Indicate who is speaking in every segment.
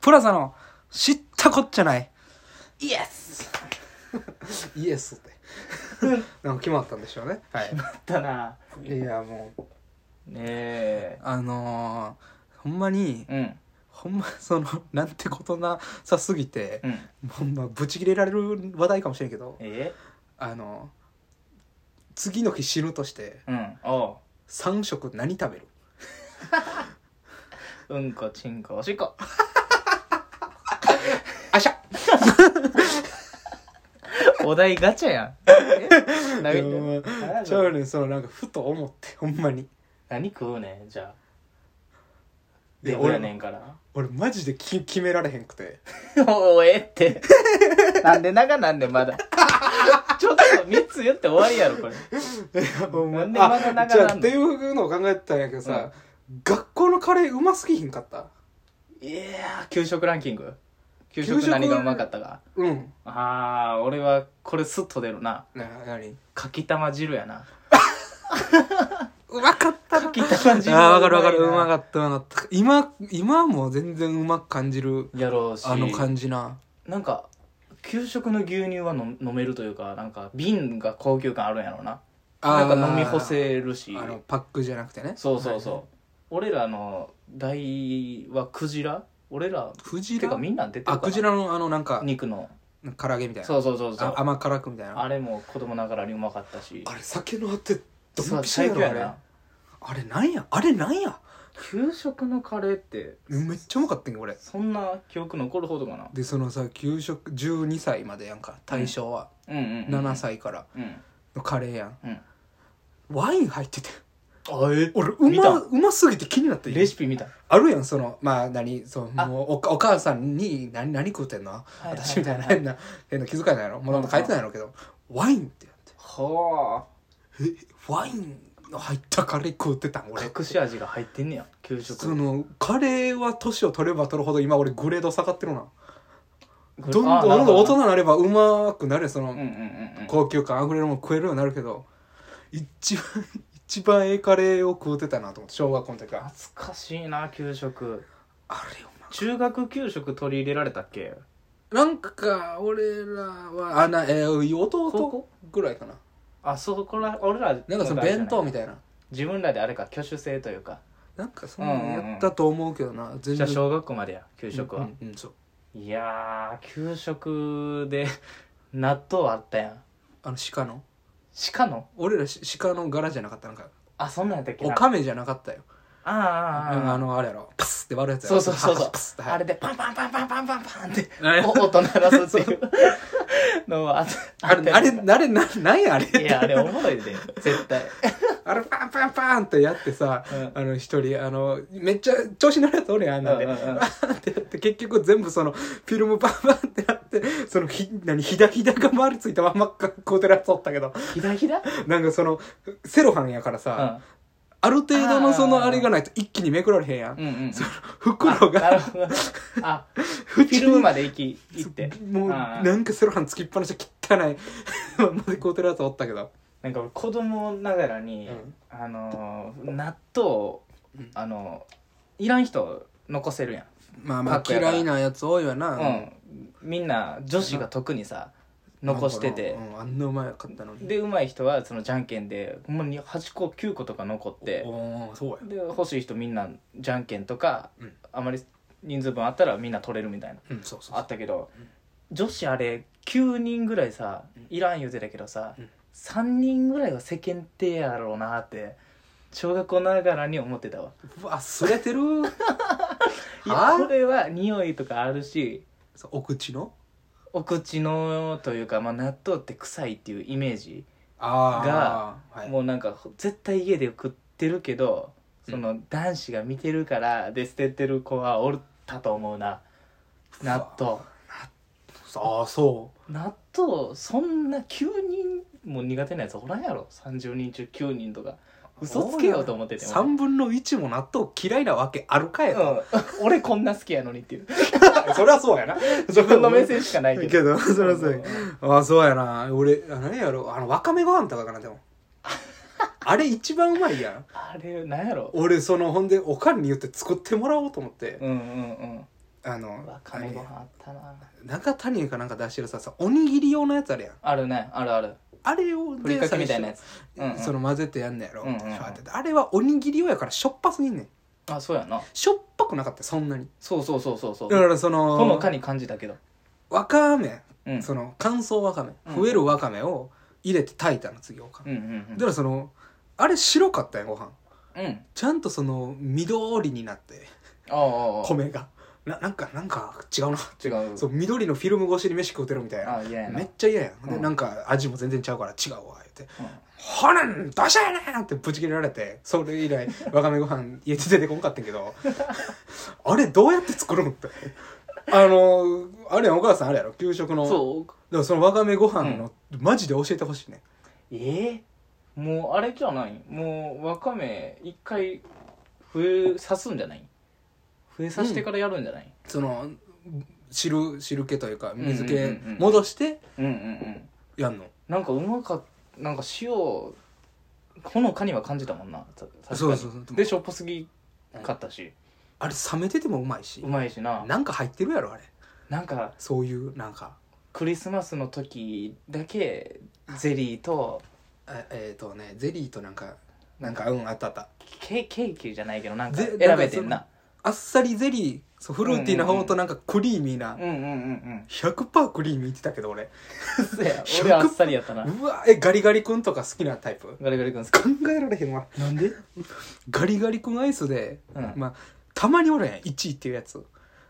Speaker 1: プラザの知ったこっちゃないイエスイエ スってなんか決まったんでしょうねはい
Speaker 2: だったな。
Speaker 1: いやもう
Speaker 2: ねえ。
Speaker 1: あのー、ほんまに
Speaker 2: うん。
Speaker 1: ほんまそのなんてことなさすぎて
Speaker 2: うん。
Speaker 1: ほんまブチ切れられる話題かもしれんけど
Speaker 2: え
Speaker 1: あの次の日死ぬとして
Speaker 2: うん。おう。
Speaker 1: 3食何食べる
Speaker 2: うんこ、ちんこ、おしっこ。
Speaker 1: あしゃ
Speaker 2: お題ガチャやん。え
Speaker 1: いや
Speaker 2: 何
Speaker 1: もうちゃうねんそのなんかふと思ってほんまに
Speaker 2: 何食うねん、じゃあ。
Speaker 1: い
Speaker 2: デ
Speaker 1: や
Speaker 2: ブやねんから。
Speaker 1: 俺マジでき決められへんくて
Speaker 2: おおええって。なんで長なんでまだ。ちょっと3つ言って終わりやろ、これ。
Speaker 1: ほんま
Speaker 2: なんでまだ長なん
Speaker 1: あ
Speaker 2: の
Speaker 1: じゃあっていうのを考えてたんやけどさ、学校のカレーうますぎひんかった
Speaker 2: いやー、給食ランキング。給食何がうまかったか。
Speaker 1: うん
Speaker 2: あー、俺はこれスッと出るな。
Speaker 1: な何
Speaker 2: かきたま汁やな。
Speaker 1: うまかった
Speaker 2: かきたま 汁
Speaker 1: ああ、わかるわかる。うま
Speaker 2: っ
Speaker 1: かった、うまかった。今、今はもう全然うまく感じる、
Speaker 2: た。やろうし。
Speaker 1: あの感じな。
Speaker 2: なんか、給食の牛乳はの飲めるというか、なんか瓶が高級感あるんやろうな。
Speaker 1: あ
Speaker 2: な
Speaker 1: ー
Speaker 2: んか飲み干せるし。
Speaker 1: あの、パックじゃなくてね。
Speaker 2: そうそうそう。俺らの代はクジラ俺ら、
Speaker 1: クジ
Speaker 2: て
Speaker 1: ラ
Speaker 2: かみんな出てるか
Speaker 1: あ、
Speaker 2: な
Speaker 1: クジラのあの、なんか、
Speaker 2: 肉の。
Speaker 1: 唐揚げみたいな。
Speaker 2: そうそうそうそう
Speaker 1: あ。甘辛くみたいな。
Speaker 2: あれも子供ながらにうまかったし。
Speaker 1: あれ、酒のあって、ド
Speaker 2: そ
Speaker 1: ン
Speaker 2: う
Speaker 1: ピシャや
Speaker 2: 最強
Speaker 1: ろ、あ
Speaker 2: や
Speaker 1: れ
Speaker 2: な。。
Speaker 1: あれ、なんやあれ、なんや
Speaker 2: 給食のカレーって、
Speaker 1: めっちゃうまかったんよ、俺。
Speaker 2: そんな記憶残るほどかな。
Speaker 1: で、そのさ、給食、12歳までやんか。対象は、
Speaker 2: うんうん、うん。
Speaker 1: 7。歳から
Speaker 2: うん。
Speaker 1: のカレーやん。
Speaker 2: うん。
Speaker 1: ワイン入ってて。
Speaker 2: あ、え
Speaker 1: 俺、う
Speaker 2: 見た
Speaker 1: ま、うますぎて気になって。
Speaker 2: レシピ見た。
Speaker 1: あるやんそのまあ何そう
Speaker 2: あ
Speaker 1: もうおお母さんに何何食うてんの、
Speaker 2: いはい
Speaker 1: 私みたいな
Speaker 2: はい
Speaker 1: 変な変な気遣いなんやろもうなんか書いてないやろうけど、ワインってやって
Speaker 2: は
Speaker 1: ワインの入ったカレー食うてたん
Speaker 2: あ。
Speaker 1: 俺
Speaker 2: 隠し味が入ってんねや。給食。
Speaker 1: そのカレーは年を取れば取るほど今俺グレード下がってるな
Speaker 2: これ
Speaker 1: どんどん
Speaker 2: あ
Speaker 1: どんどん大人
Speaker 2: なる
Speaker 1: になればうまくなるその、
Speaker 2: ほどうんうんうんうん。
Speaker 1: 高級感あふれるもん食えるようになるけど一番 一番ええカレーを食うてたなと思って小学校の時は
Speaker 2: 懐かしいな、給食。
Speaker 1: あれよな
Speaker 2: 中学給食取り入れられたっけ
Speaker 1: なんか俺らはあな、えー、
Speaker 2: 高
Speaker 1: 弟
Speaker 2: 校
Speaker 1: ぐらいかな
Speaker 2: あ、そこら、俺ら。
Speaker 1: なんかその弁当み
Speaker 2: たい。
Speaker 1: たいな。
Speaker 2: 自分らであれか、挙手制というか。
Speaker 1: なんかそんなのやったと思うけどな。全
Speaker 2: じゃあ小学校までや、給食は。
Speaker 1: うん、うんそう。
Speaker 2: いやー、給食で納豆あったやん。
Speaker 1: あの鹿の。
Speaker 2: 鹿の
Speaker 1: 俺らし鹿の柄じゃなかったなんか。
Speaker 2: あ、そんなんやったっけ
Speaker 1: お
Speaker 2: な
Speaker 1: かめじゃなかったよ。
Speaker 2: あ
Speaker 1: うん
Speaker 2: あ、ああ、
Speaker 1: あ
Speaker 2: ああ。
Speaker 1: の、あれやろ。パスって割るやつや
Speaker 2: そ
Speaker 1: ろ
Speaker 2: うそうそう
Speaker 1: パス
Speaker 2: そう
Speaker 1: パスって。
Speaker 2: あれでパンパンパンパンパンパンパンって
Speaker 1: あれ
Speaker 2: お音鳴らすっていうのはあった
Speaker 1: あれ、あれ、
Speaker 2: い
Speaker 1: あれ、な、なんやあれって
Speaker 2: や、あれおもろいで、絶対。
Speaker 1: あれ、パンパンパンってやってさ
Speaker 2: うん、
Speaker 1: あの、一人、あの、めっちゃ調子乗るやつおるやん、あんなんで。
Speaker 2: うんうんうん
Speaker 1: パンってやって、結局全部その、フィルムパンパンってなって、その、ひ、なに、ひだひだが回りついたまんま、こうてるやつおったけど、
Speaker 2: ひだひだ
Speaker 1: なんかその、セロハンやからさ、
Speaker 2: う
Speaker 1: ある程度のそのあれがないと一気にめくられへんやん。
Speaker 2: ん。うんうん。
Speaker 1: 袋
Speaker 2: なる
Speaker 1: が、
Speaker 2: ほど。あ、フ
Speaker 1: フ
Speaker 2: ィルムまで行き、行って。
Speaker 1: もう、
Speaker 2: ああ
Speaker 1: なんかセロハンつきっぱなしで汚い。 までこうてるやつおったけど。
Speaker 2: なんか俺子供ながらに、
Speaker 1: うん
Speaker 2: あのー、納豆
Speaker 1: うん、
Speaker 2: あのー、いらん人残せるやん。
Speaker 1: まあま
Speaker 2: パッ
Speaker 1: あ
Speaker 2: クやから
Speaker 1: 嫌いなやつ多いわな。
Speaker 2: うん。みんな、女子が特にさ、残してて
Speaker 1: う。ん、あんなうまかったのに。
Speaker 2: で、上手い人は、そのじゃんけんで、ほんまに8個、9個とか残って、
Speaker 1: おおそうや。
Speaker 2: で、欲しい人みんな、じゃんけんとか
Speaker 1: うん、
Speaker 2: あまり人数分あったらみんな取れるみたいな。
Speaker 1: うん、そうそう
Speaker 2: あったけど、女子あれ9人ぐらいさ
Speaker 1: うん
Speaker 2: いらん言うてたけどさ、
Speaker 1: うん
Speaker 2: 3人ぐらいは世間体やろうなって小学校ながらに思ってたわ
Speaker 1: うわ、すれ てる。
Speaker 2: いや
Speaker 1: は
Speaker 2: これは匂いとかあるし
Speaker 1: そうお口の
Speaker 2: お口のというか、まあ、納豆って臭いっていうイメージ、
Speaker 1: ああ。はい。
Speaker 2: もうなんか絶対家で食ってるけど
Speaker 1: うん
Speaker 2: その男子が見てるからで捨ててる子はおったと思うな納豆
Speaker 1: ああ、そ
Speaker 2: 納豆そんな9人も苦手なやつおらんやろ30人中9人とか
Speaker 1: う。
Speaker 2: 嘘つけようと思ってて俺
Speaker 1: 3分の1も納豆嫌いなわけあるかよ。
Speaker 2: うん、俺こんな好きやのにっていう
Speaker 1: そりゃそうやな。
Speaker 2: 自分の目線しかないけど
Speaker 1: けど、そりゃそうや
Speaker 2: ん。
Speaker 1: ああそうやな俺あ何やろあのわかめご飯とかかな でもあれ一番うまいやん
Speaker 2: あれなんやろ
Speaker 1: 俺そのほんでおかんに言って作ってもらおうと思って、
Speaker 2: うんうんうん
Speaker 1: ああの
Speaker 2: わかめご飯あったな
Speaker 1: 中谷かなんか出してるささおにぎり用のやつあるやん
Speaker 2: あるねあるある
Speaker 1: あれを
Speaker 2: ふりかけみたいなや
Speaker 1: つ、
Speaker 2: つうんうん
Speaker 1: その混ぜてやんのやろ、
Speaker 2: うんうんうん
Speaker 1: シャーってあれはおにぎり用やからしょっぱすぎんねん
Speaker 2: あそうやな
Speaker 1: しょっぱくなかったそんなに
Speaker 2: そうそうそうそうそ
Speaker 1: だ
Speaker 2: う
Speaker 1: からその
Speaker 2: ほのかに感じたけど
Speaker 1: わかめ、
Speaker 2: うん
Speaker 1: その乾燥わかめ
Speaker 2: うん
Speaker 1: 増えるわかめを入れて炊いたの次おか
Speaker 2: う
Speaker 1: め、
Speaker 2: んうん
Speaker 1: だからそのあれ白かったやんご飯
Speaker 2: うんうん
Speaker 1: ちゃんとその緑になって
Speaker 2: ああああ
Speaker 1: 米がななんかなんか違うな
Speaker 2: 違う
Speaker 1: そう緑のフィルム越しに飯食うてるみたいな
Speaker 2: あ嫌やな
Speaker 1: めっちゃ嫌やん、で
Speaker 2: うん
Speaker 1: なんか味も全然ちゃうから違うわ言って
Speaker 2: うん
Speaker 1: 「ほなんどうしたやねん!」ってぶち切れられてそれ以 来わかめご飯家で出てこんかったんけどあれどうやって作るんってあのあれやんお母さんあれやろ給食の
Speaker 2: そう
Speaker 1: だからそのわかめご飯の、マジで教えてほしいね
Speaker 2: ええもうあれじゃないもうわかめ一回笛刺すんじゃない笛刺してからやるんじゃない
Speaker 1: その汁汁気というか水気
Speaker 2: うんうんうんうん
Speaker 1: 戻して
Speaker 2: うんうんうん
Speaker 1: やんの、
Speaker 2: なんかうまかっなんか塩ほのかには感じたもんなた確かに
Speaker 1: そうそうそう
Speaker 2: でしょっぱすぎかったし
Speaker 1: あれ冷めててもうまいし
Speaker 2: うまいしな
Speaker 1: なんか入ってるやろあれ
Speaker 2: なんか
Speaker 1: そういうなんか
Speaker 2: クリスマスの時だけゼリーと
Speaker 1: ええーとねゼリーとなんかなんかうんあったあった
Speaker 2: ケケーキじゃないけどなんか
Speaker 1: ぜ
Speaker 2: 選
Speaker 1: なんか
Speaker 2: べてんな
Speaker 1: あっさりゼリーそうフルーティーな方となんかクリーミーな、
Speaker 2: うんうんうん うん
Speaker 1: 100%クリーミーってたけど俺
Speaker 2: そうや俺あっさりやったな
Speaker 1: うわえガリガリ君とか好きなタイプ
Speaker 2: ガリガリ君好き
Speaker 1: 考えられへんわ
Speaker 2: なんで
Speaker 1: ガリガリ君アイスで、
Speaker 2: うん
Speaker 1: まあたまにおるやん1位っていうやつ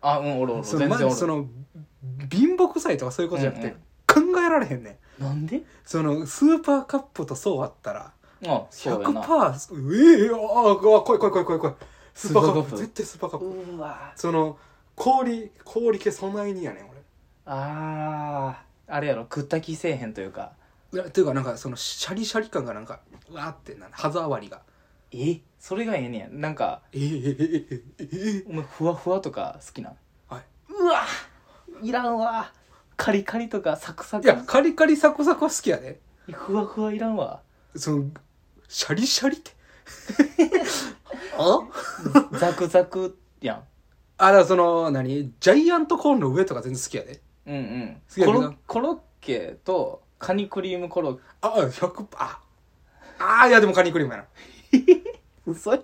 Speaker 2: あうんおるおる
Speaker 1: そ
Speaker 2: 全
Speaker 1: の
Speaker 2: 然お
Speaker 1: まあそ
Speaker 2: る
Speaker 1: の貧乏くさいとかそういうことじゃなくて、考えられへんねん
Speaker 2: なんで
Speaker 1: そのスーパーカップとそうあったら
Speaker 2: あそうやな
Speaker 1: 100%ええあああ来い来い来い来い来いスーパーカッ
Speaker 2: スーパーカッ
Speaker 1: プ
Speaker 2: プ
Speaker 1: 絶対スーパーカップ
Speaker 2: うわ
Speaker 1: その氷氷系備えにやねん俺
Speaker 2: あーあれやろ食った気せえへんというか
Speaker 1: いやていうかなんかそのシャリシャリ感がなんかうわーってなる歯触りが
Speaker 2: えそれがええねやなんか
Speaker 1: ええええええええ
Speaker 2: お前ふわふわとか好きなん
Speaker 1: はいう
Speaker 2: わいらんわカリカリとかサクサ
Speaker 1: い
Speaker 2: ク
Speaker 1: やカリカリサコサコは好きやね
Speaker 2: ふわふわいらんわ
Speaker 1: そのシャリシャリって あ
Speaker 2: ザクザクや
Speaker 1: あだからその何ジャイアントコーンの上とか全然好きやで
Speaker 2: んうんうん
Speaker 1: 好きやけ
Speaker 2: コ
Speaker 1: ど
Speaker 2: ロコロッケとカニクリームコロッケ
Speaker 1: ああ100ああーいやでもカニクリームやな
Speaker 2: 嘘や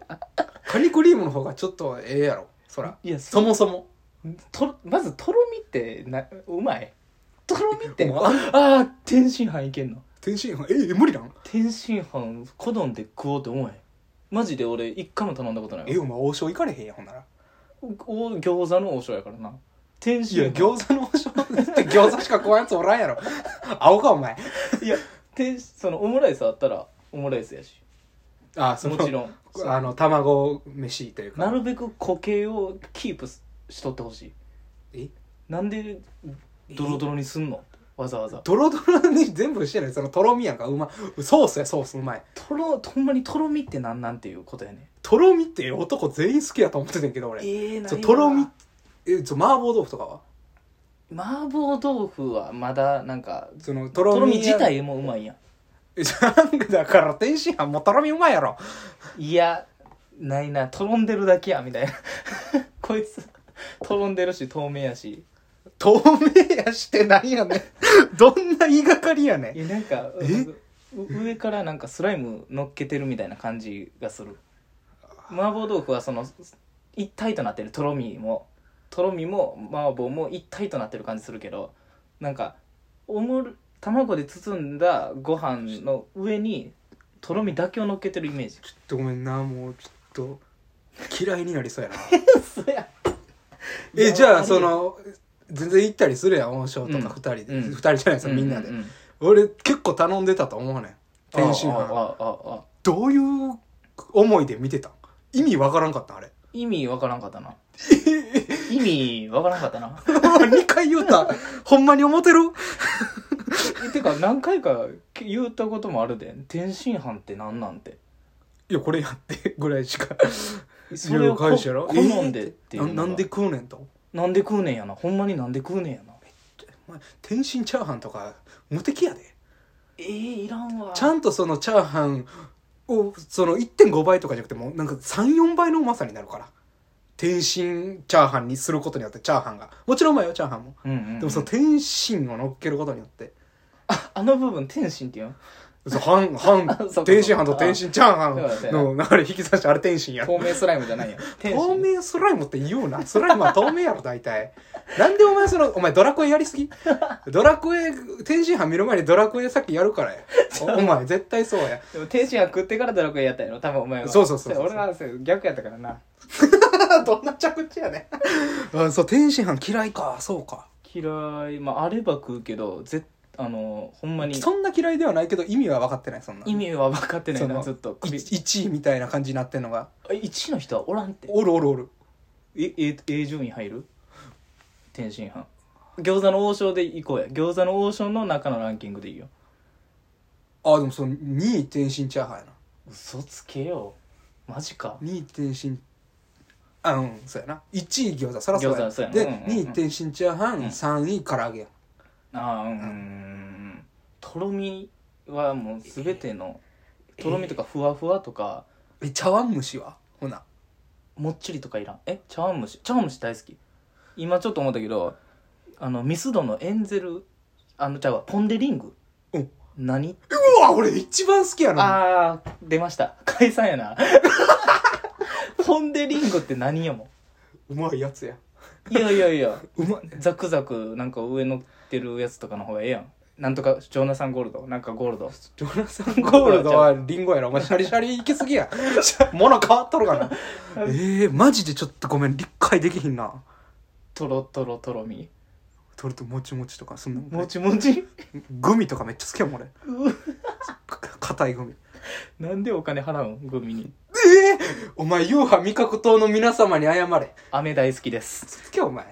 Speaker 1: カニクリームの方がちょっとええやろそら
Speaker 2: いや
Speaker 1: そ
Speaker 2: そ
Speaker 1: もそも
Speaker 2: とまずとろみってなうまいとろみっ て
Speaker 1: お
Speaker 2: あ
Speaker 1: 前
Speaker 2: あー天津飯いけんの
Speaker 1: 天津飯ええ無理なん
Speaker 2: 天津飯コドンで食おうって思えへんマジで俺一回も頼んだことない
Speaker 1: えお前王将行かれへんやんほんなら
Speaker 2: お餃子の王将やからな天
Speaker 1: い
Speaker 2: 津
Speaker 1: や
Speaker 2: 飯
Speaker 1: 餃子の王将 って餃子しか食わんやつおらんやろ青かお前
Speaker 2: いや天そのオムライスあったらオムライスやし
Speaker 1: あその
Speaker 2: もちろん
Speaker 1: あの卵飯というか
Speaker 2: なるべく固形をキープししとってほしい
Speaker 1: え
Speaker 2: なんでドロドロにすんのわざわざ
Speaker 1: ドロドロに全部してないそのとろみやんかうまソースやソースうまい
Speaker 2: とろほんまにとろみってなんなんていうことやね
Speaker 1: とろみって男全員好きやと思ってたんやけど俺
Speaker 2: ええな
Speaker 1: そうとろみえそう麻婆豆腐とかは
Speaker 2: 麻婆豆腐はまだなんか
Speaker 1: そのとろ
Speaker 2: と
Speaker 1: み
Speaker 2: ろみ
Speaker 1: や
Speaker 2: 自体もうまいやん
Speaker 1: えじゃあなんかだから天津飯もとろみうまいやろ
Speaker 2: いやないなとろんでるだけやみたいな こいつとろんでるし透明やし
Speaker 1: 透明やしてないやねどんな言いがかりやね
Speaker 2: いやなんか
Speaker 1: え
Speaker 2: なんかう上からなんかスライム乗っけてるみたいな感じがする麻婆豆腐はその一体となってるとろみもとろみも麻婆も一体となってる感じするけどなんかおもる卵で包んだご飯の上にとろみだけを乗っけてるイメージ
Speaker 1: ちょっとごめんなもうち ょっと嫌いになりそうやな
Speaker 2: 嘘や
Speaker 1: えじゃあその全然行ったりするやん王将と
Speaker 2: うん
Speaker 1: か二人で、
Speaker 2: うん
Speaker 1: 二人じゃないですよみんなで、
Speaker 2: ううう
Speaker 1: 俺結構頼んでたと思うねん天津
Speaker 2: ああ
Speaker 1: 飯
Speaker 2: ああああ
Speaker 1: どういう思いで見てたん意味わからんかったんあれ
Speaker 2: 意味わからんかったな意味わからんかったな
Speaker 1: 2回言うたほんまに思ってる
Speaker 2: えてか何回か言ったこともあるで天津飯って何なんて
Speaker 1: いやこれやってぐらいしか
Speaker 2: それをこ
Speaker 1: 返しやろ
Speaker 2: 好んでって
Speaker 1: え
Speaker 2: い
Speaker 1: ー
Speaker 2: う
Speaker 1: ななんで食うねんと
Speaker 2: なんで食うねんやなほんまになんで食うねんやな
Speaker 1: お前天津チャーハンとか無敵やで
Speaker 2: えー、いらんわ
Speaker 1: ちゃんとそのチャーハンをその1.5倍とかじゃなくてもうなんか34倍のうまさになるから天津チャーハンにすることによってチャーハンがもちろんうまいよチャーハンも
Speaker 2: うんうんうん
Speaker 1: でもその天津を乗っけることによって
Speaker 2: ああの部分天津って言うの
Speaker 1: そう 半半
Speaker 2: そうかそうか
Speaker 1: 天津飯と天津チャーハ
Speaker 2: そうだよ
Speaker 1: ンの流れ引き出してあれ天津や
Speaker 2: 透明スライムじゃないよ天
Speaker 1: 透
Speaker 2: 津
Speaker 1: 明スライムって言うな。スライムは透明やろ、大体。なんでお前その、お前ドラクエやりすぎドラクエ、天津飯見る前にドラクエさっきやるから や。おお前絶対そうや。
Speaker 2: でも天津飯食ってからドラクエやったやろ多分お前は
Speaker 1: そうそうそうそう
Speaker 2: れ俺はそう逆やったからな
Speaker 1: どんな着地やねん。あそう、天津飯嫌いか、そうか。
Speaker 2: 嫌いまああれば食うけどぜあのほんまに
Speaker 1: そんな嫌いではないけど意味は分かってない、そんな。
Speaker 2: 意味は分かってない
Speaker 1: そ
Speaker 2: な
Speaker 1: の
Speaker 2: ずっと首
Speaker 1: 1位みたいな感じになってんのが。
Speaker 2: 1位の人はおらんって
Speaker 1: おるおるおる。
Speaker 2: ええ A 順位入る天津飯餃子の王将で行こうや餃子の王将の中のランキングでいいよ
Speaker 1: あ、でもその2位天津チャーハンやな。
Speaker 2: 嘘つけよマジか
Speaker 1: 2位天津あうんそうやな1位餃子そらそうや
Speaker 2: 餃子そうやな
Speaker 1: で、
Speaker 2: うんうんうん
Speaker 1: 2位天津チャーハン、
Speaker 2: ん
Speaker 1: 3位唐揚げや
Speaker 2: ああうんうんうんとろみはもう全てのとろみとかふわふわとか
Speaker 1: え茶碗蒸しはほな
Speaker 2: もっちりとかいらんえ茶碗蒸し茶碗蒸し大好き今ちょっと思ったけどあのミスドのエンゼルあのじゃあポン・デ・リング
Speaker 1: うん
Speaker 2: 何
Speaker 1: うわ俺一番好きやな
Speaker 2: ああ出ました解散やな ポン・デ・リングって何やも
Speaker 1: うまいやつや
Speaker 2: んいやいやいや
Speaker 1: うまい
Speaker 2: ザクザクなんか上乗ってるやつとかの方がええやんなんとかジョーナサン・ゴールドなんかゴールド
Speaker 1: ジョナサン・ゴールドはリンゴやろお前シャリシャリいきすぎや 物変わっとるかな えー、マジでちょっとごめん理解できひんな
Speaker 2: トロトロトロミ
Speaker 1: とるともちもちとかそんな
Speaker 2: もちもち
Speaker 1: グミとかめっちゃ好きやもん俺 か硬いグミ
Speaker 2: なんでお金払うんグミに
Speaker 1: ええお前、ユーハ味覚糖の皆様に謝れ。
Speaker 2: 飴大好きです
Speaker 1: つつけお前。